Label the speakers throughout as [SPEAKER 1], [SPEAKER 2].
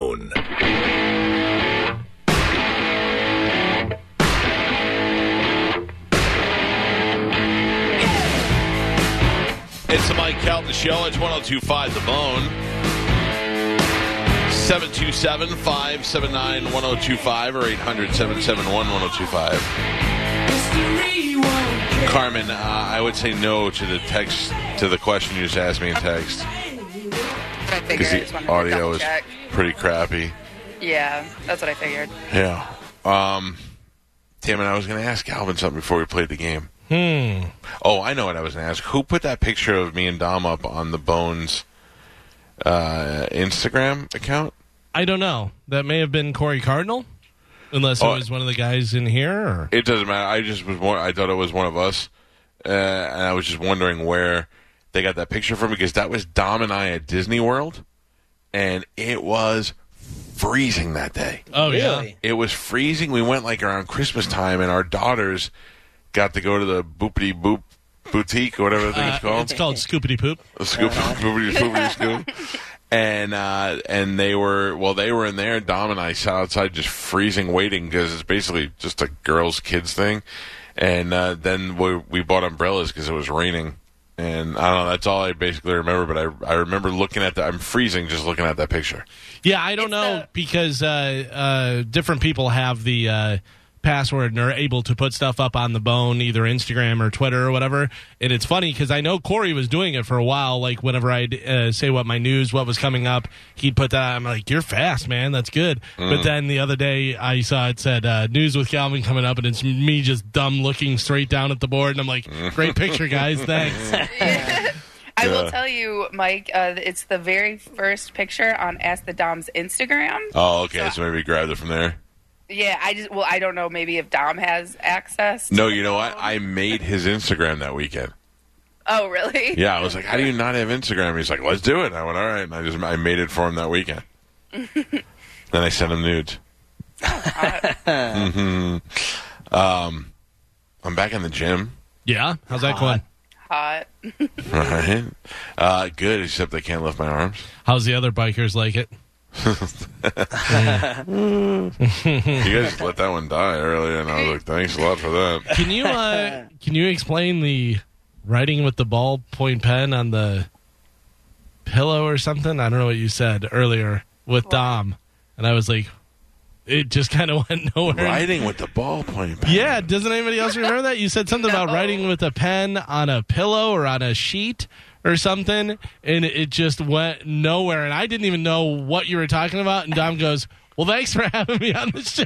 [SPEAKER 1] own It's the Mike Calton Show. It's 1025 The Bone. 727 579 1025 or 800 771 1025. Carmen, uh, I would say no to the text, to the question you just asked me in text
[SPEAKER 2] That's what I figured.
[SPEAKER 1] because
[SPEAKER 2] I just wanted
[SPEAKER 1] the
[SPEAKER 2] to
[SPEAKER 1] audio
[SPEAKER 2] double
[SPEAKER 1] is
[SPEAKER 2] check.
[SPEAKER 1] pretty crappy.
[SPEAKER 2] Yeah, that's what I figured.
[SPEAKER 1] Yeah. Um, damn it, I was going to ask Alvin something before we played the game. Hmm. Oh, I know what I was going to ask. Who put that picture of me and Dom up on the Bones uh, Instagram account?
[SPEAKER 3] I don't know. That may have been Corey Cardinal, unless it
[SPEAKER 1] Oh.
[SPEAKER 3] was one of the guys in here. Or...
[SPEAKER 1] It doesn't matter. I just was more. I thought it was one of us, uh, and I was just wondering where they got that picture from because that was Dom and I at Disney World, and it was freezing that day.
[SPEAKER 3] Oh yeah,
[SPEAKER 4] Really?
[SPEAKER 1] It was freezing. We went like around Christmas time, and our daughters got to go to the boopity boop boutique or whatever the thing
[SPEAKER 3] Uh,
[SPEAKER 1] is called.
[SPEAKER 3] it's called Scoopity Poop.
[SPEAKER 1] The scoop, boopity boopity scoop. And uh, and they were well, they were in there. Dom and I sat outside just freezing, waiting because it's basically just a girls' kids thing. And uh, then we we bought umbrellas because it was raining. And I don't know. That's all I basically remember. But I I remember looking at that. I'm freezing just looking at that picture.
[SPEAKER 3] Yeah, I don't know
[SPEAKER 2] the-
[SPEAKER 3] because uh, uh, different people have the uh, password and are able to put stuff up on the bone, either Instagram or Twitter or whatever. And it's funny because I know Corey was doing it for a while. Like whenever I'd uh, say what my news, what was coming up, he'd put that. out. I'm like, "You're fast, man. That's good." But then the other day, I saw it said uh, "News with Calvin" coming up, and it's me just dumb looking straight down at the board, and I'm like, "Great picture, guys. Thanks."
[SPEAKER 2] I
[SPEAKER 1] Yeah.
[SPEAKER 2] will tell you, Mike, uh, it's the very first picture on Ask the Dom's Instagram.
[SPEAKER 1] Oh, okay. So maybe grabbed it from there.
[SPEAKER 2] Yeah, I just, well, I don't know. Maybe if Dom has access.
[SPEAKER 1] No, you know what? I made his Instagram that weekend.
[SPEAKER 2] Oh, really?
[SPEAKER 1] Yeah, I was like, "How do you not have Instagram?" He's like, "Let's do it." And I went, "All right," and I just I made it for him that weekend. then I sent him nudes. hmm Um, I'm back in the gym,
[SPEAKER 3] yeah, how's that going?
[SPEAKER 2] Hot.
[SPEAKER 1] right? Uh, good, except I can't lift my arms.
[SPEAKER 3] How's the other bikers like it?
[SPEAKER 1] You guys let that one die earlier, and I was like, "Thanks a lot for that."
[SPEAKER 3] Can you uh, can you explain the writing with the ballpoint pen on the pillow or something? I don't know what you said earlier with Dom, and I was like, it just kind of went nowhere.
[SPEAKER 1] Riding with the ballpoint pen.
[SPEAKER 3] Yeah, doesn't anybody else remember that? You said something about
[SPEAKER 2] No.
[SPEAKER 3] writing with a pen on a pillow or on a sheet or something, and it just went nowhere. And I didn't even know what you were talking about. And Dom goes, "Well, thanks for having me on the show."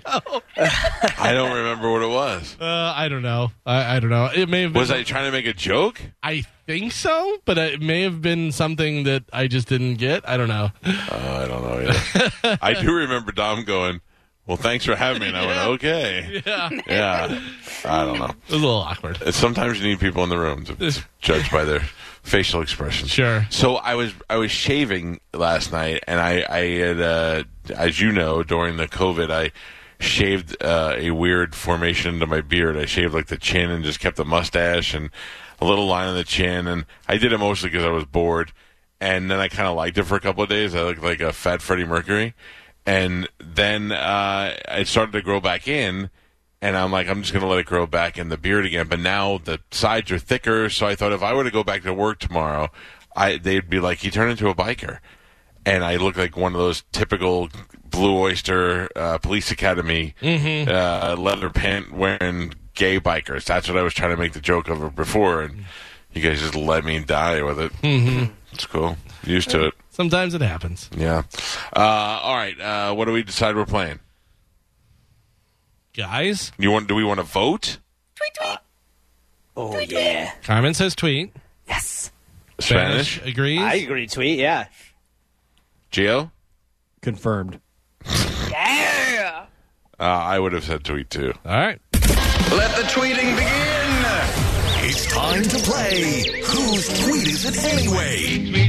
[SPEAKER 1] I don't remember what it was.
[SPEAKER 3] Uh, I don't know. I, I don't know. It may have been
[SPEAKER 1] Was I trying to make a joke?
[SPEAKER 3] I think so, but it may have been something that I just didn't get. I don't know.
[SPEAKER 1] Uh, I don't know. Either. I do remember Dom going, "Well, thanks for having me." And I went, "Okay."
[SPEAKER 3] Yeah, it
[SPEAKER 1] Yeah, I don't know.
[SPEAKER 3] was a little awkward.
[SPEAKER 1] Sometimes you need people in the room to judge by their facial expressions.
[SPEAKER 3] Sure.
[SPEAKER 1] So I was I was shaving last night, and I I had uh, as you know during the COVID I shaved uh, a weird formation into my beard. I shaved like the chin and just kept the mustache and a little line on the chin, and I did it mostly because I was bored. And then I kind of liked it for a couple of days. I looked like a fat Freddie Mercury, and then uh, it started to grow back in. And I'm like, I'm just going to let it grow back in the beard again. But now the sides are thicker. So I thought if I were to go back to work tomorrow, I they'd be like, he turned into a biker. And I look like one of those typical Blue Oyster uh, Police Academy uh, leather pant wearing gay bikers. That's what I was trying to make the joke of before. And you guys just let me die with it. Mm-hmm. It's cool. Used to it.
[SPEAKER 3] Sometimes it happens.
[SPEAKER 1] Yeah. Uh, all right. Uh, what do we decide we're playing?
[SPEAKER 3] Guys,
[SPEAKER 1] You want? Do we want to vote?
[SPEAKER 4] Oh yeah.
[SPEAKER 3] Carmen says tweet.
[SPEAKER 1] Spanish?
[SPEAKER 3] agrees.
[SPEAKER 4] I agree. Tweet. Yeah.
[SPEAKER 1] Geo?
[SPEAKER 5] Confirmed.
[SPEAKER 2] Yeah.
[SPEAKER 1] Uh, I would have said tweet too.
[SPEAKER 3] All right.
[SPEAKER 6] Let the tweeting begin.
[SPEAKER 7] It's time to play Whose Tweet Is It Anyway?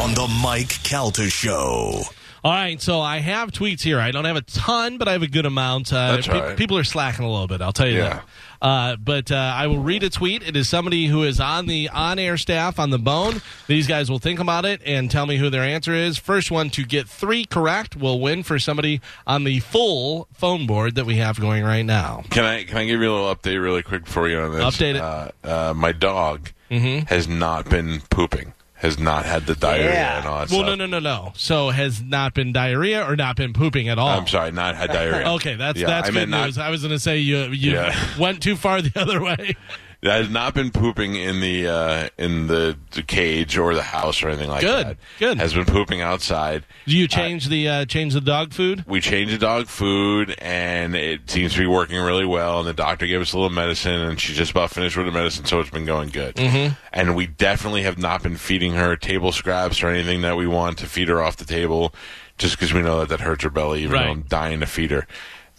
[SPEAKER 7] On the Mike Calter Show.
[SPEAKER 3] All right, so I have tweets here. I don't have a ton, but I have a good amount. Uh,
[SPEAKER 1] That's all right.
[SPEAKER 3] People are slacking a little bit. I'll tell you
[SPEAKER 1] Yeah.
[SPEAKER 3] that. Uh, but uh, I will read a tweet. It is somebody who is on the on-air staff on the bone. These guys will think about it and tell me who their answer is. First one to get three correct will win for somebody on the full phone board that we have going right now.
[SPEAKER 1] Can I can I give you a little update really quick for you on this?
[SPEAKER 3] Update it. Mm-hmm.
[SPEAKER 1] Uh, uh, my dog has not been pooping. Has not had the diarrhea
[SPEAKER 4] Yeah.
[SPEAKER 1] and all that
[SPEAKER 3] Well,
[SPEAKER 1] stuff.
[SPEAKER 3] no, no, no, no. So has not been diarrhea or not been pooping at all.
[SPEAKER 1] I'm sorry, not had diarrhea.
[SPEAKER 3] Okay, that's
[SPEAKER 1] Yeah, I
[SPEAKER 3] that's good
[SPEAKER 1] meant not-
[SPEAKER 3] news. I was going to say you you
[SPEAKER 1] Yeah.
[SPEAKER 3] went too far the other way.
[SPEAKER 1] That has not been pooping in the uh, in the, the cage or the house or anything like
[SPEAKER 3] Good,
[SPEAKER 1] that.
[SPEAKER 3] good.
[SPEAKER 1] Has been pooping outside.
[SPEAKER 3] Do you change the uh, change the dog food?
[SPEAKER 1] We changed the dog food, and it seems to be working really well. And the doctor gave us a little medicine, and she's just about finished with the medicine, so it's been going good. Mm-hmm. And we definitely have not been feeding her table scraps or anything that we want to feed her off the table, just because we know that that hurts her belly. Even
[SPEAKER 3] Right.
[SPEAKER 1] though I'm dying to feed her,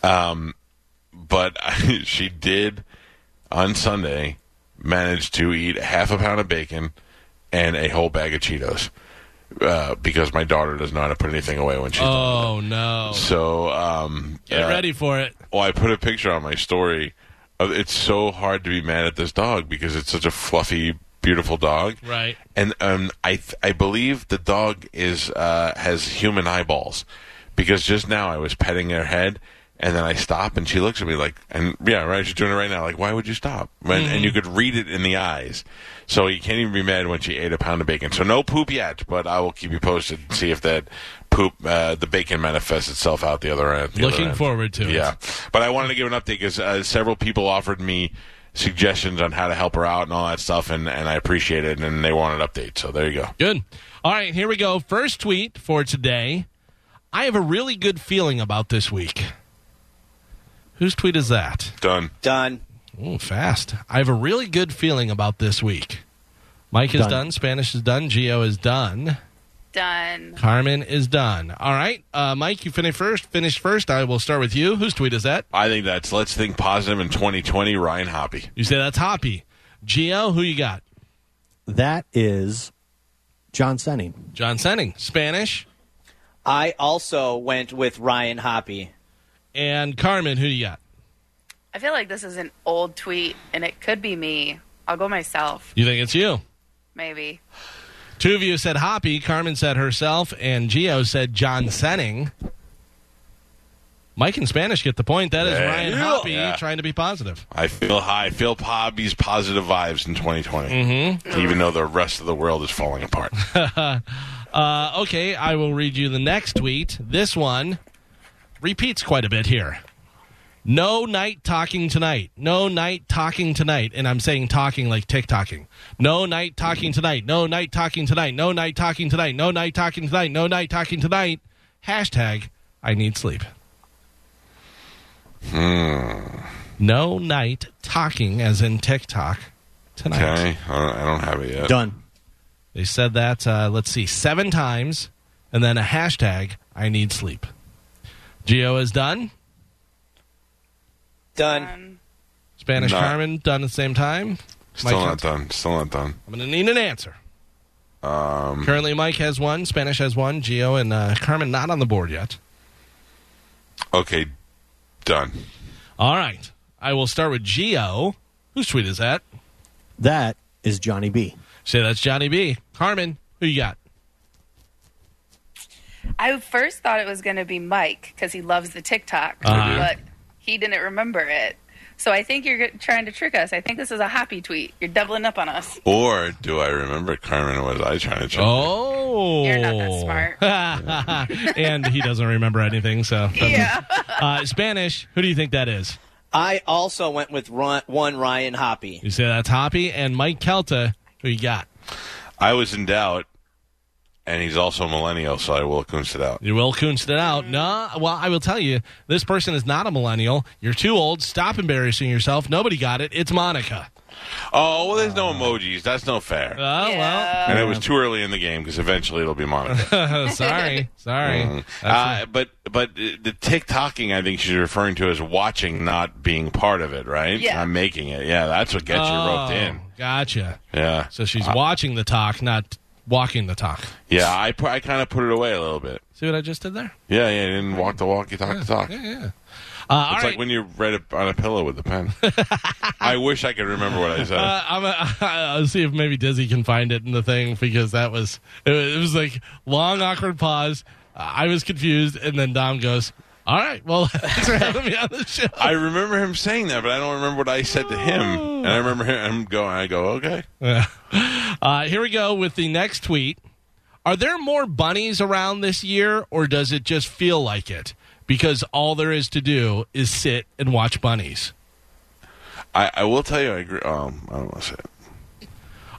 [SPEAKER 1] um, but she did on Sunday managed to eat half a pound of bacon and a whole bag of Cheetos uh, because my daughter doesn't know how to put anything away when she's done.
[SPEAKER 3] Oh no!
[SPEAKER 1] So um,
[SPEAKER 3] Get
[SPEAKER 1] uh,
[SPEAKER 3] ready for it.
[SPEAKER 1] Well, I put a picture on my story. Of, it's so hard to be mad at this dog because it's such a fluffy, beautiful dog.
[SPEAKER 3] Right.
[SPEAKER 1] And um, I th- I believe the dog is uh, has human eyeballs because just now I was petting her head. And then I stop, and she looks at me like, and yeah, right, she's doing it right now. Like, why would you stop? And, and you could read it in the eyes. So you can't even be mad when she ate a pound of bacon. So no poop yet, but I will keep you posted and see if that poop, uh, the bacon manifests itself out the other end. the other
[SPEAKER 3] Looking
[SPEAKER 1] end.
[SPEAKER 3] forward to it.
[SPEAKER 1] Yeah. But I wanted to give an update because uh, several people offered me suggestions on how to help her out and all that stuff, and, and I appreciate it, and they wanted updates. So there you go.
[SPEAKER 3] Good. All right, here we go. First tweet for today. I have a really good feeling about this week. Whose tweet is that?
[SPEAKER 1] Done.
[SPEAKER 4] Done.
[SPEAKER 3] Ooh, fast. I have a really good feeling about this week. Mike is done.
[SPEAKER 4] Done.
[SPEAKER 3] Spanish is done. Geo is done.
[SPEAKER 2] Done.
[SPEAKER 3] Carmen is done. All right, uh, Mike, you finish first. Finish first. I will start with you. Whose tweet is that?
[SPEAKER 1] I think that's Let's Think Positive in 2020, Ryan Hoppy.
[SPEAKER 3] You say that's Hoppy. Geo, who you got?
[SPEAKER 5] That is John Senning.
[SPEAKER 3] John Senning. Spanish.
[SPEAKER 4] I also went with Ryan Hoppy.
[SPEAKER 3] And Carmen, who you got?
[SPEAKER 2] I feel like this is an old tweet, and it could be me. I'll go myself,
[SPEAKER 3] You think it's you?
[SPEAKER 2] maybe.
[SPEAKER 3] Two of you said Hoppy. Carmen said herself, and Geo said John Senning. Mike and Spanish get the point. That is
[SPEAKER 1] Yeah.
[SPEAKER 3] Ryan Hoppy
[SPEAKER 1] Yeah.
[SPEAKER 3] trying to be positive.
[SPEAKER 1] I feel high. I feel Hobby's positive vibes in 2020, mm-hmm. even though the rest of the world is falling apart.
[SPEAKER 3] Uh, okay, I will read you the next tweet. This one repeats quite a bit here. No night talking tonight. No night talking tonight. And I'm saying talking like tick tocking. No night talking tonight. No night talking tonight. No night talking tonight. No night talking tonight. No night talking tonight. Hashtag I need sleep. No night talking as in TikTok tonight.
[SPEAKER 1] Okay? I don't, I don't have it yet.
[SPEAKER 5] Done.
[SPEAKER 3] They said that, uh, let's see, seven times, and then a hashtag, I need sleep. Geo is done.
[SPEAKER 4] Done.
[SPEAKER 3] Spanish
[SPEAKER 1] No.
[SPEAKER 3] Carmen done at the same time.
[SPEAKER 1] Still
[SPEAKER 3] Mike,
[SPEAKER 1] not done. Still not done.
[SPEAKER 3] I'm going to need an answer. Um, Currently, Mike has one, Spanish has one, Geo and uh, Carmen not on the board yet.
[SPEAKER 1] Okay. Done.
[SPEAKER 3] All right. I will start with Geo. Whose tweet is that?
[SPEAKER 5] That is Johnny B.
[SPEAKER 3] Say that's Johnny B. Carmen, who you got?
[SPEAKER 2] I first thought it was going to be Mike because he loves the TikTok,
[SPEAKER 3] Uh-huh.
[SPEAKER 2] but he didn't remember it. So I think you're g- trying to trick us. I think this is a happy tweet. You're doubling up on us.
[SPEAKER 1] Or do I remember Carmen? Was I trying to check?
[SPEAKER 3] Oh.
[SPEAKER 2] You're not that
[SPEAKER 3] smart. and he doesn't remember anything, so.
[SPEAKER 2] Yeah.
[SPEAKER 3] Uh, Spanish, who do you think that is?
[SPEAKER 4] I also went with Ron- one Ryan Hoppy.
[SPEAKER 3] You say that's Hoppy and Mike Kelta. Who you got?
[SPEAKER 1] I was in doubt, and he's also a millennial, so I will kunst it out.
[SPEAKER 3] You will Kunst it out. No, well, I will tell you, this person is not a millennial. You're too old. Stop embarrassing yourself. Nobody got it. It's Monica.
[SPEAKER 1] Oh well, there's
[SPEAKER 3] Uh.
[SPEAKER 1] no emojis. That's no fair.
[SPEAKER 3] Oh, well.
[SPEAKER 1] and it was too early in the game because eventually it'll be Monica.
[SPEAKER 3] sorry. Sorry. Mm. That's
[SPEAKER 1] uh, but but uh, the TikToking, I think she's referring to as watching, not being part of it, right?
[SPEAKER 2] Yeah.
[SPEAKER 1] Not making it. Yeah, that's what gets you roped
[SPEAKER 3] Oh,
[SPEAKER 1] in.
[SPEAKER 3] Gotcha.
[SPEAKER 1] Yeah.
[SPEAKER 3] Uh, So she's watching the talk, not walking the talk.
[SPEAKER 1] Yeah, I put, I kind of put it away a little bit.
[SPEAKER 3] See what I just did there?
[SPEAKER 1] Yeah, yeah, you didn't walk the walk, you talk the talk.
[SPEAKER 3] Yeah,
[SPEAKER 1] It's
[SPEAKER 3] yeah. Uh, all
[SPEAKER 1] like
[SPEAKER 3] right.
[SPEAKER 1] when you read it on a pillow with a pen. I wish I could remember what I said.
[SPEAKER 3] uh, I'm a, I'll see if maybe Dizzy can find it in the thing because that was it was, it was like long awkward pause. I was confused, and then Dom goes, "All right, well, thanks for having me on the show."
[SPEAKER 1] I remember him saying that, but I don't remember what I said to him. And I remember him I'm going. I go, okay.
[SPEAKER 3] Uh, here we go with the next tweet. Are there more bunnies around this year, or does it just feel like it? Because all there is to do is sit and watch bunnies.
[SPEAKER 1] I, I will tell you, I agree. Um, I don't want to say it.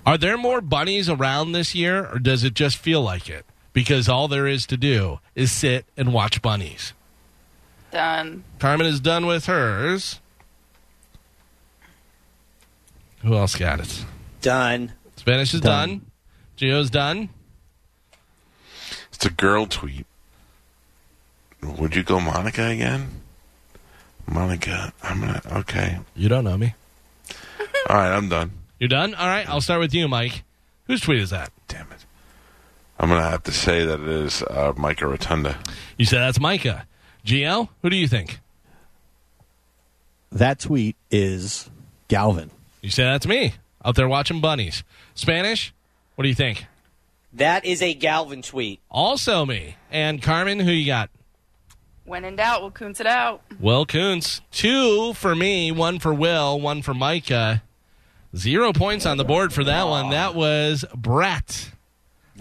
[SPEAKER 3] Are there more bunnies around this year, or does it just feel like it? Because all there is to do is sit and watch bunnies.
[SPEAKER 2] Done.
[SPEAKER 3] Carmen is done with hers. Who else got it?
[SPEAKER 4] Done.
[SPEAKER 3] Spanish is done. Gio's done.
[SPEAKER 1] It's a girl tweet. Would you go Monica again? Monica, I'm gonna. Okay,
[SPEAKER 3] You don't know me.
[SPEAKER 1] all right, I'm done.
[SPEAKER 3] You're done? All right, I'll start with you, Mike. Whose tweet is that?
[SPEAKER 1] Damn it. I'm gonna have to say that it is uh, Micah Rotunda.
[SPEAKER 3] You said that's Micah. Gio, who do you think?
[SPEAKER 5] That tweet is Galvin.
[SPEAKER 3] You said that's me out there watching bunnies. Spanish, what do you think?
[SPEAKER 4] That is a Galvin tweet.
[SPEAKER 3] Also me. And Carmen, who you got?
[SPEAKER 2] When in doubt, we'll coons it out.
[SPEAKER 3] Will Koontz. Two for me, one for Will, one for Micah. Zero points on the board for that one. That was Brett.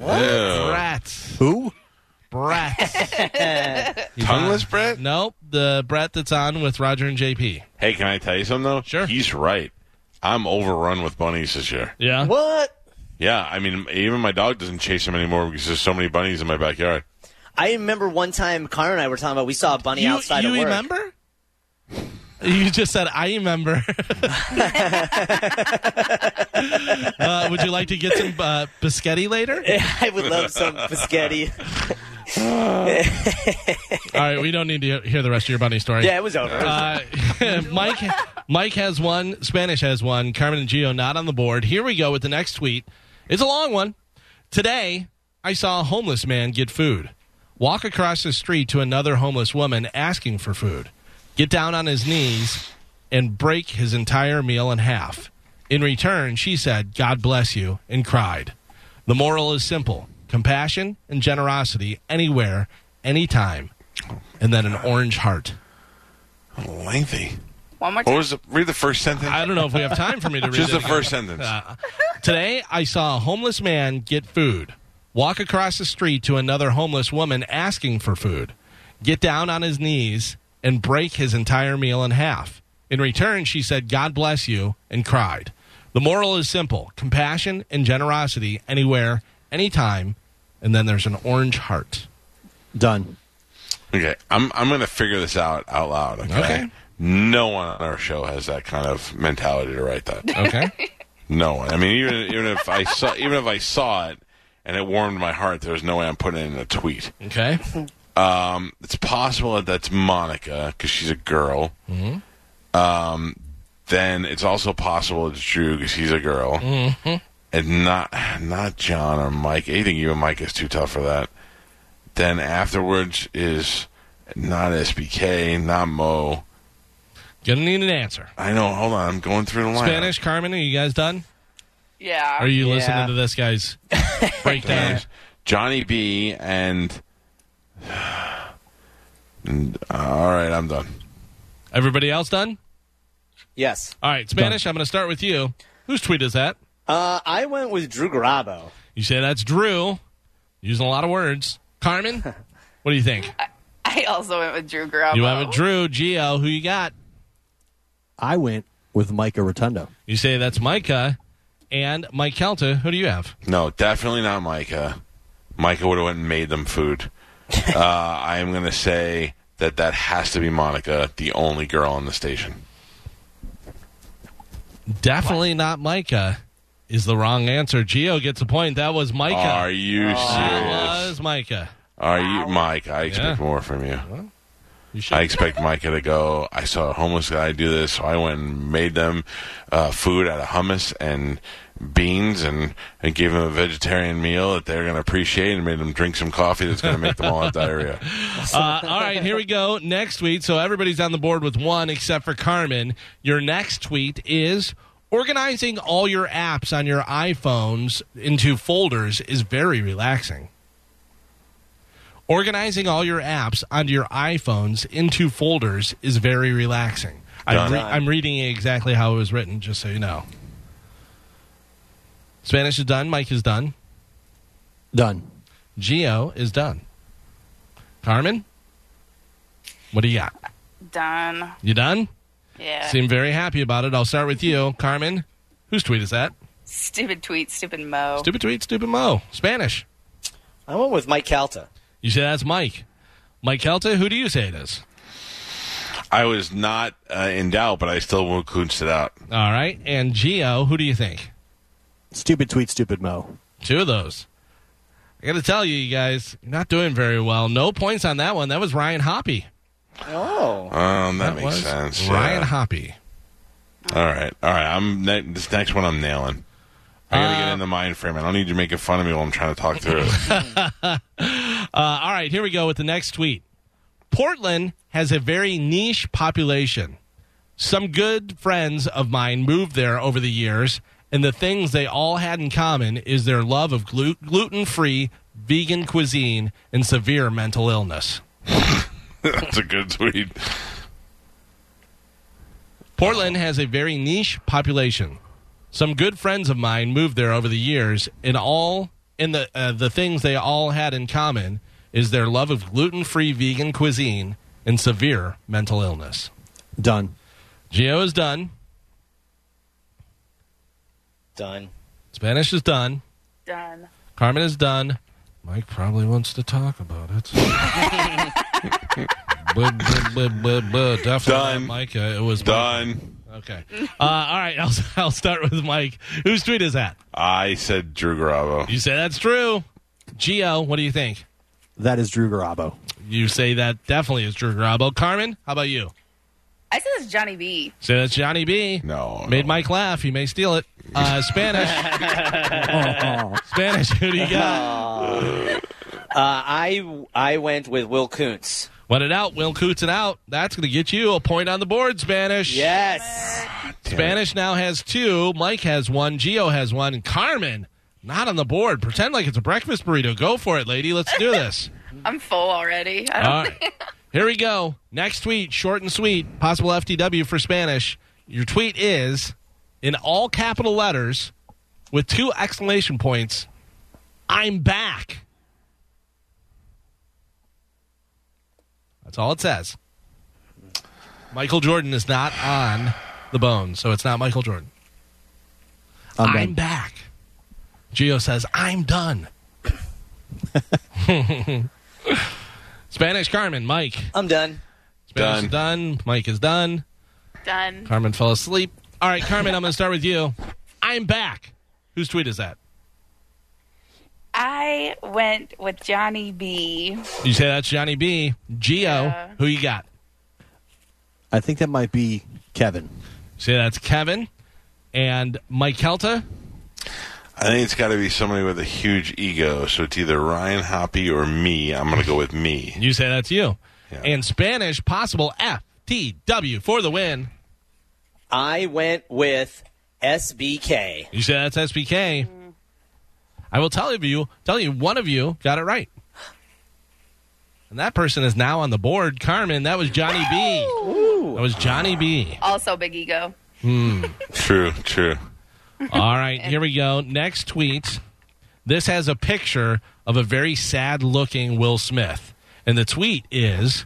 [SPEAKER 4] Oh,
[SPEAKER 1] Ew.
[SPEAKER 3] Brett.
[SPEAKER 5] Who?
[SPEAKER 3] Brett. He's
[SPEAKER 1] Tongueless
[SPEAKER 3] on-
[SPEAKER 1] Brett?
[SPEAKER 3] Nope. The Brett that's on with Roger and JP.
[SPEAKER 1] Hey, can I tell you something though?
[SPEAKER 3] Sure.
[SPEAKER 1] He's right. I'm overrun with bunnies this year.
[SPEAKER 3] Yeah.
[SPEAKER 4] What?
[SPEAKER 1] Yeah, I mean, even my dog doesn't chase them anymore because there's so many bunnies in my backyard.
[SPEAKER 4] I remember one time Connor and I were talking about we saw a bunny
[SPEAKER 3] You,
[SPEAKER 4] outside
[SPEAKER 3] you
[SPEAKER 4] of work.
[SPEAKER 3] remember? You just said, I remember. uh, would you like to get some uh, biscotti later?
[SPEAKER 4] I would love some biscotti.
[SPEAKER 3] All right, we don't need to hear the rest of your bunny story.
[SPEAKER 4] yeah, it was over.
[SPEAKER 3] Uh, Mike, Mike has one. Spanish has one. Carmen and Gio not on the board. Here we go with the next tweet. It's a long one. Today, I saw a homeless man get food, walk across the street to another homeless woman asking for food, get down on his knees, and break his entire meal in half. In return, she said, God bless you, and cried. The moral is simple compassion and generosity anywhere, anytime, and then an orange heart.
[SPEAKER 1] Lengthy.
[SPEAKER 2] One more
[SPEAKER 1] What
[SPEAKER 2] time.
[SPEAKER 1] was the, read the first sentence?
[SPEAKER 3] I don't know if we have time for me to read
[SPEAKER 1] Just
[SPEAKER 3] it Uh,
[SPEAKER 1] the
[SPEAKER 3] again.
[SPEAKER 1] first sentence.
[SPEAKER 3] Today, I saw a homeless man get food, walk across the street to another homeless woman asking for food, get down on his knees, and break his entire meal in half. In return, she said, God bless you, and cried. The moral is simple compassion and generosity anywhere, anytime, and then there's an orange heart.
[SPEAKER 5] Done.
[SPEAKER 1] Okay, I'm I'm gonna figure this out out loud. Okay?
[SPEAKER 3] Okay.
[SPEAKER 1] No one on our show has that kind of mentality to write that.
[SPEAKER 3] Okay.
[SPEAKER 1] No one. I mean, even even if I saw even if I saw it and it warmed my heart, there's no way I'm putting it in a tweet.
[SPEAKER 3] okay.
[SPEAKER 1] Um, it's possible that that's Monica because she's a girl. Um, then it's also possible it's Drew because he's a girl, and not not John or Mike. I think you and Mike is too tough for that. Then afterwards is not SBK, not Mo.
[SPEAKER 3] Gonna need an answer.
[SPEAKER 1] I know. Hold on, I'm going through the line.
[SPEAKER 3] Spanish, Carmen, are you guys done?
[SPEAKER 2] yeah.
[SPEAKER 3] Oh. Are you
[SPEAKER 4] Yeah.
[SPEAKER 3] listening to this guy's breakdown?
[SPEAKER 1] Johnny B and, and all right, I'm done.
[SPEAKER 3] Everybody else done?
[SPEAKER 4] yes.
[SPEAKER 3] All right, Spanish, I'm going to start with you. Whose tweet is that?
[SPEAKER 4] Uh, I went with Drew Garabo.
[SPEAKER 3] You say that's Drew, using a lot of words. Carmen, what do you think?
[SPEAKER 2] I also went with Drew Garabo.
[SPEAKER 3] You went with Drew, Geo, who you got?
[SPEAKER 5] I went with Micah Rotundo.
[SPEAKER 3] You say that's Micah and Mike Kelta. Who do you have?
[SPEAKER 1] No, definitely not Micah. Micah would have went and made them food. uh, I am going to say that that has to be Monica, the only girl on the station.
[SPEAKER 3] Definitely not Micah. Is the wrong answer. Geo gets a point. That was Micah.
[SPEAKER 1] Are you
[SPEAKER 3] that
[SPEAKER 1] serious?
[SPEAKER 3] was Micah.
[SPEAKER 1] Are you, Mike? I expect
[SPEAKER 3] Yeah.
[SPEAKER 1] more from you.
[SPEAKER 3] You should.
[SPEAKER 1] I expect Micah to go. I saw a homeless guy do this, so I went and made them uh, food out of hummus and beans, and, and gave them a vegetarian meal that they're going to appreciate, and made them drink some coffee that's going to make them all have diarrhea.
[SPEAKER 3] Uh, all right, here we go. Next tweet. So everybody's on the board with one except for Carmen. Your next tweet is organizing all your apps on your iPhones into folders is very relaxing. Organizing all your apps onto your iPhones into folders is very relaxing. I'm,
[SPEAKER 1] Done.
[SPEAKER 3] re- I'm reading it exactly how it was written, just so you know. Spanish is done. Mike is done.
[SPEAKER 5] Done.
[SPEAKER 3] Geo is done. Carmen, what do you got?
[SPEAKER 2] Done.
[SPEAKER 3] You done?
[SPEAKER 2] Yeah.
[SPEAKER 3] Seem very happy about it. I'll start with you, Carmen. Whose tweet is that?
[SPEAKER 2] Stupid tweet, stupid mo.
[SPEAKER 3] Stupid tweet, stupid mo. Spanish.
[SPEAKER 4] I went with Mike Calta.
[SPEAKER 3] You say that's Mike. Mike Kelta, who do you say it is?
[SPEAKER 1] I was not uh, in doubt, but I still won't coonst it out.
[SPEAKER 3] All right. And Geo, who do you think?
[SPEAKER 5] Stupid tweet, stupid mo.
[SPEAKER 3] Two of those. I got to tell you, you guys, you're not doing very well. No points on that one. That was Ryan Hoppy.
[SPEAKER 4] Oh.
[SPEAKER 1] Um, that, makes
[SPEAKER 3] was
[SPEAKER 1] sense.
[SPEAKER 3] Ryan
[SPEAKER 1] yeah.
[SPEAKER 3] Hoppy.
[SPEAKER 1] All right, all right. I'm ne- this next one. I'm nailing. I gotta get in the mind frame. I don't need you making fun of me while I'm trying to talk through it.
[SPEAKER 3] Uh, all right, here we go with the next tweet. Portland has a very niche population. Some good friends of mine moved there over the years, and the things they all had in common is their love of glu- gluten free, vegan cuisine, and severe mental illness.
[SPEAKER 1] That's a good tweet.
[SPEAKER 3] Portland has a very niche population. Some good friends of mine moved there over the years, and all and the uh, the things they all had in common is their love of gluten-free vegan cuisine and severe mental illness.
[SPEAKER 5] Done.
[SPEAKER 3] Geo is done.
[SPEAKER 4] Done.
[SPEAKER 3] Spanish is done.
[SPEAKER 2] Done.
[SPEAKER 3] Carmen is done. Mike probably wants to talk about it. Buh, buh, buh, buh, buh. Definitely
[SPEAKER 1] Done.
[SPEAKER 3] not Mike. Uh, it was
[SPEAKER 1] Done.
[SPEAKER 3] Okay. Uh, all right. I'll, I'll start with Mike. Whose tweet is that?
[SPEAKER 1] I said Drew Garabo.
[SPEAKER 3] You say that's true. Geo, what do you think?
[SPEAKER 5] That is Drew Garabo.
[SPEAKER 3] You say that definitely is Drew Garabo. Carmen, how about you?
[SPEAKER 2] I said it's Johnny B.
[SPEAKER 3] Say that's Johnny B.
[SPEAKER 1] No,
[SPEAKER 3] Made
[SPEAKER 1] no.
[SPEAKER 3] Mike laugh. He may steal it. Uh, Spanish. Spanish, who do you got?
[SPEAKER 4] Uh, I I went with Will Koontz.
[SPEAKER 3] Went it out. Will Coots it out. That's going to get you a point on the board, Spanish.
[SPEAKER 4] Yes.
[SPEAKER 3] Spanish now has two. Mike has one. Geo has one. And Carmen, not on the board. Pretend like it's a breakfast burrito. Go for it, lady. Let's do this.
[SPEAKER 2] I'm full already. I don't
[SPEAKER 3] All right. Here we go. Next tweet, short and sweet. Possible FTW for Spanish. Your tweet is in all capital letters with two exclamation points. I'm back. That's all it says. Michael Jordan is not on the bone, so it's not Michael Jordan.
[SPEAKER 5] I'm done.
[SPEAKER 3] back. Geo says, I'm done. Spanish Carmen, Mike.
[SPEAKER 4] I'm done.
[SPEAKER 3] Spanish is
[SPEAKER 1] Done.
[SPEAKER 3] done. Mike is done. Uh,
[SPEAKER 2] done.
[SPEAKER 3] Carmen fell asleep. All right, Carmen, I'm going to start with you. I'm back. Whose tweet is that?
[SPEAKER 2] I went with Johnny B.
[SPEAKER 3] You say that's Johnny B. Geo,
[SPEAKER 2] Yeah.
[SPEAKER 3] who you got?
[SPEAKER 5] I think that might be Kevin.
[SPEAKER 3] You say that's Kevin and Mike Kelta.
[SPEAKER 1] I think it's got to be somebody with a huge ego. So it's either Ryan Hoppy or me. I'm gonna go with me.
[SPEAKER 3] You say that's you.
[SPEAKER 1] Yeah.
[SPEAKER 3] And Spanish, possible F T W for the win.
[SPEAKER 4] I went with SBK.
[SPEAKER 3] You say that's SBK. I will tell you, tell you, one of you got it right. And that person is now on the board. Carmen, that was Johnny B. That was Johnny B.
[SPEAKER 2] Also big ego.
[SPEAKER 1] True, true.
[SPEAKER 3] All right, here we go. Next tweet. This has a picture of a very sad looking Will Smith. And the tweet is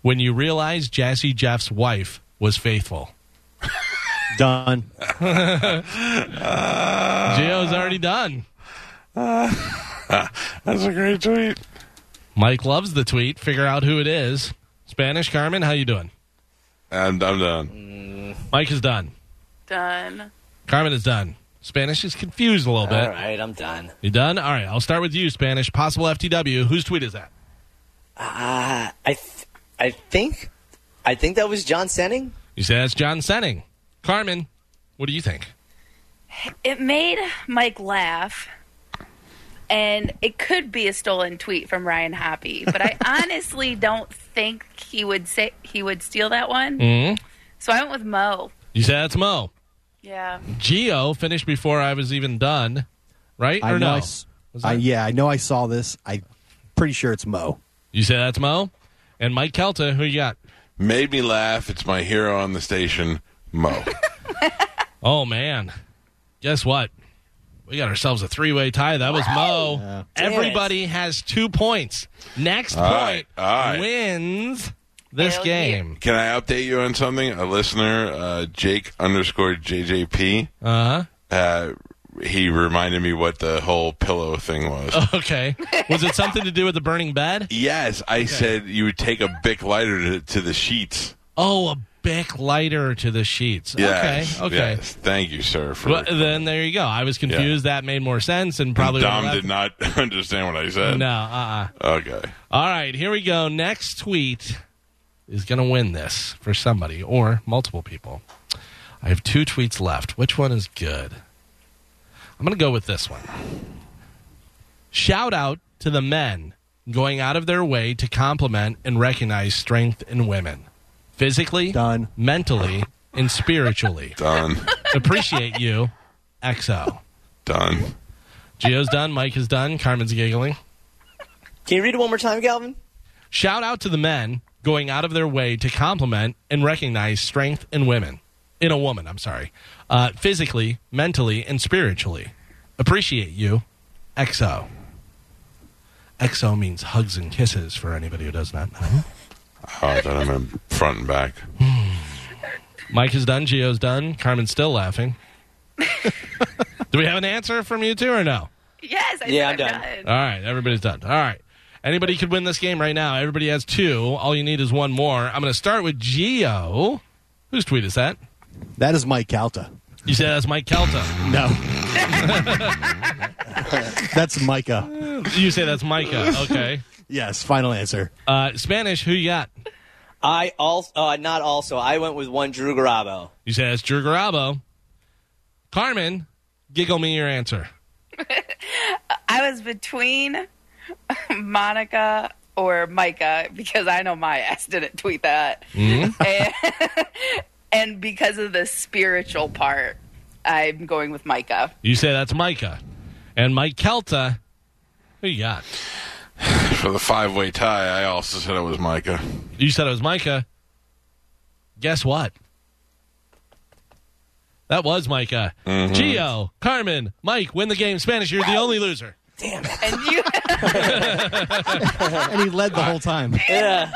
[SPEAKER 3] When you realize Jazzy Jeff's wife was faithful.
[SPEAKER 5] Done.
[SPEAKER 3] Gio's
[SPEAKER 4] Uh.
[SPEAKER 3] already done.
[SPEAKER 1] That's a great tweet.
[SPEAKER 3] Mike loves the tweet. Figure out who it is. Spanish Carmen, how you doing?
[SPEAKER 1] And I'm done.
[SPEAKER 3] Mike is done.
[SPEAKER 2] Done.
[SPEAKER 3] Carmen is done. Spanish is confused a little bit.
[SPEAKER 4] All right, I'm done.
[SPEAKER 3] You done? All right, I'll start with you, Spanish. Possible FTW. Whose tweet is that?
[SPEAKER 4] Uh, I th- I think, I think that was John Senning.
[SPEAKER 3] You say that's John Senning. Carmen, what do you think?
[SPEAKER 2] It made Mike laugh, and it could be a stolen tweet from Ryan Hoppy, but I honestly don't think he would say he would steal that one.
[SPEAKER 4] Mm-hmm.
[SPEAKER 2] So I went with Mo.
[SPEAKER 3] You say that's Mo.
[SPEAKER 2] Yeah,
[SPEAKER 3] Geo finished before I was even done, right?
[SPEAKER 5] I
[SPEAKER 3] or
[SPEAKER 5] know.
[SPEAKER 3] no?
[SPEAKER 5] I s
[SPEAKER 3] Was
[SPEAKER 5] I
[SPEAKER 3] that-
[SPEAKER 5] yeah, I know. I saw this. I pretty sure it's Mo.
[SPEAKER 3] You say that's Mo? And Mike Kelta, who you got?
[SPEAKER 1] Made me laugh. It's my hero on the station, Mo.
[SPEAKER 3] Oh man. Guess what? We got ourselves a three way tie. That was Mo. Everybody has two points. Next
[SPEAKER 1] All
[SPEAKER 3] point
[SPEAKER 1] right, all right.
[SPEAKER 3] wins this
[SPEAKER 2] Hell yeah.
[SPEAKER 3] game.
[SPEAKER 1] Can I update you on something? A listener, uh, Jake underscore JJP,
[SPEAKER 3] Uh
[SPEAKER 1] uh, he reminded me what the whole pillow thing was.
[SPEAKER 3] huh. Okay. Was it something to do with the burning bed?
[SPEAKER 1] Yes, I said you would take a Bic lighter to, to the sheets.
[SPEAKER 3] Oh, a Bic lighter to the sheets.
[SPEAKER 1] Yes,
[SPEAKER 3] okay. Okay.
[SPEAKER 1] yes. Thank you, sir. For
[SPEAKER 3] Well, then there you go. I was confused. That made more sense, and probably
[SPEAKER 1] Dom
[SPEAKER 3] would've
[SPEAKER 1] did not understand what I said.
[SPEAKER 3] left- No. Uh. uh
[SPEAKER 1] Okay.
[SPEAKER 3] All right. Here we go. Next tweet is going to win this for somebody or multiple people. I have two tweets left. Which one is good? I'm going to go with this one. Shout out to the men going out of their way to compliment and recognize strength in women, physically,
[SPEAKER 5] Done.
[SPEAKER 3] mentally, and spiritually.
[SPEAKER 1] Done.
[SPEAKER 3] Appreciate you, XO.
[SPEAKER 1] Done.
[SPEAKER 3] Gio's done. Mike is done. Carmen's giggling.
[SPEAKER 4] Can you read it one more time, Galvin?
[SPEAKER 3] Shout out to the men going out of their way to compliment and recognize strength in women. In a woman, I'm sorry. Uh, physically, mentally, and spiritually. Appreciate you. XO. XO means hugs and kisses for anybody who does not know.
[SPEAKER 1] Oh, then I'm in front and back.
[SPEAKER 3] Mike is done. Gio's done. Carmen's still laughing. Do we have an answer from you two or no?
[SPEAKER 2] yes, I
[SPEAKER 4] Yeah,
[SPEAKER 2] think
[SPEAKER 4] I'm
[SPEAKER 2] I'm
[SPEAKER 4] done.
[SPEAKER 2] done.
[SPEAKER 3] All right, everybody's done. All right. Anybody could win this game right now. Everybody has two. All you need is one more. I'm going to start with Geo. Whose tweet is that?
[SPEAKER 5] That is Mike Calta.
[SPEAKER 3] You said that's Mike Kelta.
[SPEAKER 5] No, that's Micah.
[SPEAKER 3] You say that's Micah. Okay.
[SPEAKER 5] Yes, final answer.
[SPEAKER 3] Uh, Spanish, who you got?
[SPEAKER 4] I also, uh, not also. I went with one Drew Garabo.
[SPEAKER 3] You say that's Drew Garabo. Carmen, giggle me your answer.
[SPEAKER 2] I was between Monica or Micah because I know my ass didn't tweet that,
[SPEAKER 4] Mm-hmm.
[SPEAKER 2] and, and because of the spiritual part, I'm going with Micah.
[SPEAKER 3] You say that's Micah. And Mike Kelta, who you got?
[SPEAKER 1] For the five way tie, I also said it was Micah.
[SPEAKER 3] You said it was Micah. Guess what? That was Micah. Geo, Carmen, Mike, win the game. Spanish, you're the only loser.
[SPEAKER 2] And you,
[SPEAKER 5] And he led the whole time.
[SPEAKER 4] Yeah.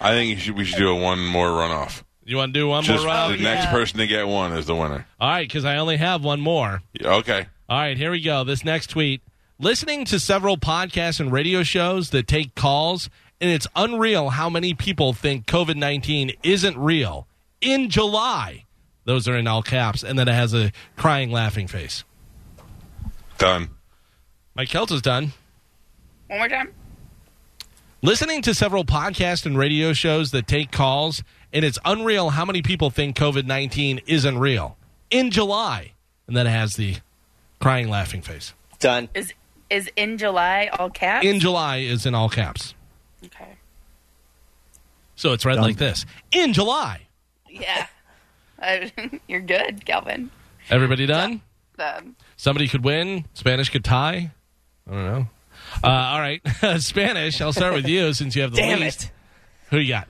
[SPEAKER 1] I think you should, we should do a one more runoff.
[SPEAKER 3] You want to do one
[SPEAKER 1] Just
[SPEAKER 3] more round?
[SPEAKER 1] the next person to get one is the winner.
[SPEAKER 3] All right, because I only have one more.
[SPEAKER 1] Yeah, Okay.
[SPEAKER 3] All right, here we go. This next tweet. Listening to several podcasts and radio shows that take calls, and it's unreal how many people think COVID 19 isn't real in July. Those are in all caps, and then it has a crying, laughing face.
[SPEAKER 1] Done.
[SPEAKER 3] Mike Kelt is done.
[SPEAKER 2] one more time.
[SPEAKER 3] Listening to several podcasts and radio shows that take calls, and it's unreal how many people think COVID 19 isn't real in July, and then it has the crying, laughing face.
[SPEAKER 4] Done.
[SPEAKER 2] Is is in July all caps?
[SPEAKER 3] In July is in all caps.
[SPEAKER 2] okay.
[SPEAKER 3] So it's read like this in July.
[SPEAKER 2] Yeah. I, you're good, Calvin.
[SPEAKER 3] Everybody done?
[SPEAKER 2] Um,
[SPEAKER 3] Somebody could win. Spanish could tie. I don't know. Uh, all right, Spanish. I'll start with you since you have the
[SPEAKER 4] Damn
[SPEAKER 3] least.
[SPEAKER 4] it.
[SPEAKER 3] Who you got?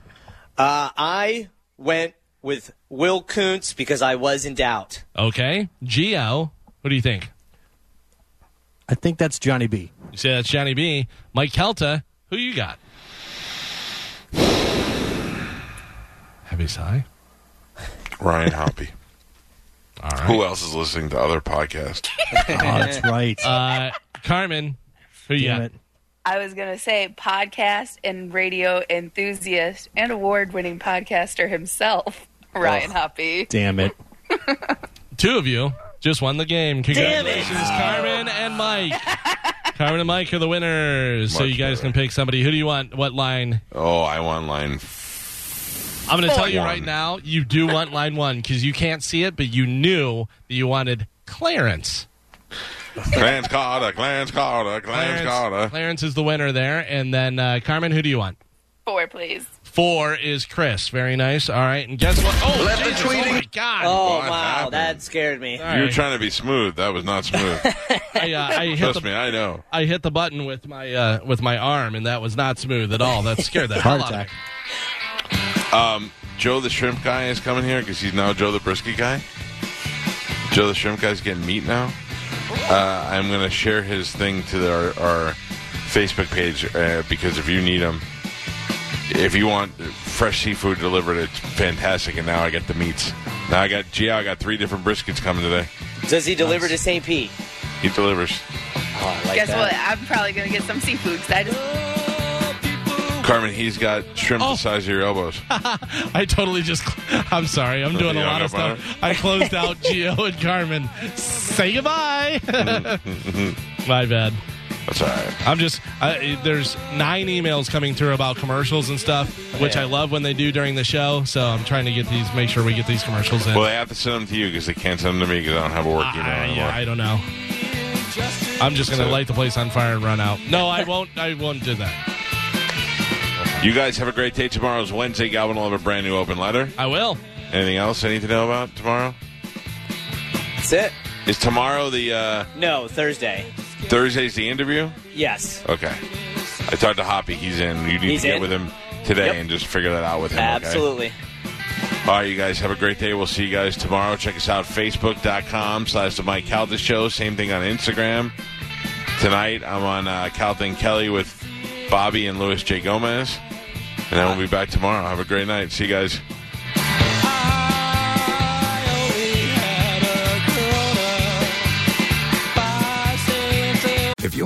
[SPEAKER 4] Uh, I went with Will Kuntz because I was in doubt.
[SPEAKER 3] Okay, Geo. What do you think?
[SPEAKER 5] I think that's Johnny B.
[SPEAKER 3] You say that's Johnny B. Mike Kelta. Who you got? Heavy sigh.
[SPEAKER 1] Ryan Hoppy.
[SPEAKER 3] All right,
[SPEAKER 1] Who else is listening to other podcasts?
[SPEAKER 5] Oh, that's right.
[SPEAKER 3] Carmen. Who you
[SPEAKER 5] Damn
[SPEAKER 3] got?
[SPEAKER 5] it.
[SPEAKER 2] I was going to say podcast and radio enthusiast and award winning podcaster himself, Ryan Hoppy.
[SPEAKER 5] Damn it.
[SPEAKER 3] Two of you just won the game. Congratulations, Carmen and Mike. Carmen and Mike are the winners. so
[SPEAKER 1] Much
[SPEAKER 3] you guys
[SPEAKER 1] better.
[SPEAKER 3] can pick somebody. Who do you want? What line?
[SPEAKER 1] Oh, I want line f-
[SPEAKER 3] I'm going to tell you
[SPEAKER 1] One.
[SPEAKER 3] right now, you do want line one because you can't see it, but you knew that you wanted Clarence.
[SPEAKER 1] Clarence Carter, Clarence Carter, Clarence Carter.
[SPEAKER 3] Clarence is the winner there. And then, uh, Carmen, who do you want?
[SPEAKER 2] Four, please.
[SPEAKER 3] Four is Chris. Very nice. All right. And guess what? Oh,
[SPEAKER 6] Let the
[SPEAKER 3] Jesus.
[SPEAKER 6] tweeting-
[SPEAKER 3] Oh, my God.
[SPEAKER 4] Oh,
[SPEAKER 1] What
[SPEAKER 4] wow.
[SPEAKER 1] happened?
[SPEAKER 4] That scared me.
[SPEAKER 3] All
[SPEAKER 1] You were
[SPEAKER 3] right.
[SPEAKER 1] trying to be smooth. That was not smooth.
[SPEAKER 3] I, uh, I hit
[SPEAKER 1] Trust
[SPEAKER 3] the
[SPEAKER 1] me, I know.
[SPEAKER 3] I hit the button with my uh, with my arm, and that was not smooth at all. That scared the hell out of me.
[SPEAKER 5] attack.
[SPEAKER 1] Joe the Shrimp Guy is coming here because he's now Joe the Brisket Guy. Joe the Shrimp Guy's getting meat now. Uh, I'm going to share his thing to the, our, our Facebook page uh, because if you need him, if you want fresh seafood delivered, it's fantastic. And now I got the meats. Now I got, gee, I got three different briskets coming today.
[SPEAKER 4] Does he deliver to St. Pete?
[SPEAKER 1] He delivers.
[SPEAKER 4] Oh, I like
[SPEAKER 2] Guess
[SPEAKER 4] that.
[SPEAKER 2] what? I'm probably gonna get some seafood. 'cause I just
[SPEAKER 1] Carmen, he's got shrimp
[SPEAKER 3] Oh.
[SPEAKER 1] the size of your elbows.
[SPEAKER 3] I totally just. I'm sorry. I'm doing a
[SPEAKER 1] You
[SPEAKER 3] lot of
[SPEAKER 1] hung up on
[SPEAKER 3] stuff. I closed out Gio and Carmen. Say goodbye. My bad.
[SPEAKER 1] That's all right.
[SPEAKER 3] I'm just I, there's nine emails coming through about commercials and stuff, which
[SPEAKER 4] Yeah.
[SPEAKER 3] I love when they do during the show. So I'm trying to get these, make sure we get these commercials in.
[SPEAKER 1] Well, they have to send them to you because they can't send them to me because I don't have a work
[SPEAKER 3] I-
[SPEAKER 1] email
[SPEAKER 3] I-
[SPEAKER 1] anymore.
[SPEAKER 3] Ah, yeah, I don't know. I'm just gonna
[SPEAKER 1] So-
[SPEAKER 3] light the place on fire and run out. No, I won't. I won't do that.
[SPEAKER 1] You guys have a great day. Tomorrow's Wednesday. Galvin will have a brand new open letter.
[SPEAKER 3] I will.
[SPEAKER 1] Anything else I need to know about tomorrow?
[SPEAKER 4] That's it?
[SPEAKER 1] Is tomorrow the uh,
[SPEAKER 4] No, Thursday.
[SPEAKER 1] Thursday's the interview?
[SPEAKER 4] Yes.
[SPEAKER 1] Okay. I talked to Hoppy. He's in. You need
[SPEAKER 4] He's
[SPEAKER 1] to get
[SPEAKER 4] in.
[SPEAKER 1] with him today
[SPEAKER 4] Yep.
[SPEAKER 1] and just figure that out with him. okay?
[SPEAKER 4] Absolutely.
[SPEAKER 1] All right, you guys have a great day. We'll see you guys tomorrow. Check us out facebook.com slash the Mike Calda Show. Same thing on Instagram. Tonight I'm on uh, Calvin Kelly with Bobby and Louis J Gomez, and then we'll be back tomorrow. Have a great night. See you guys.
[SPEAKER 8] If you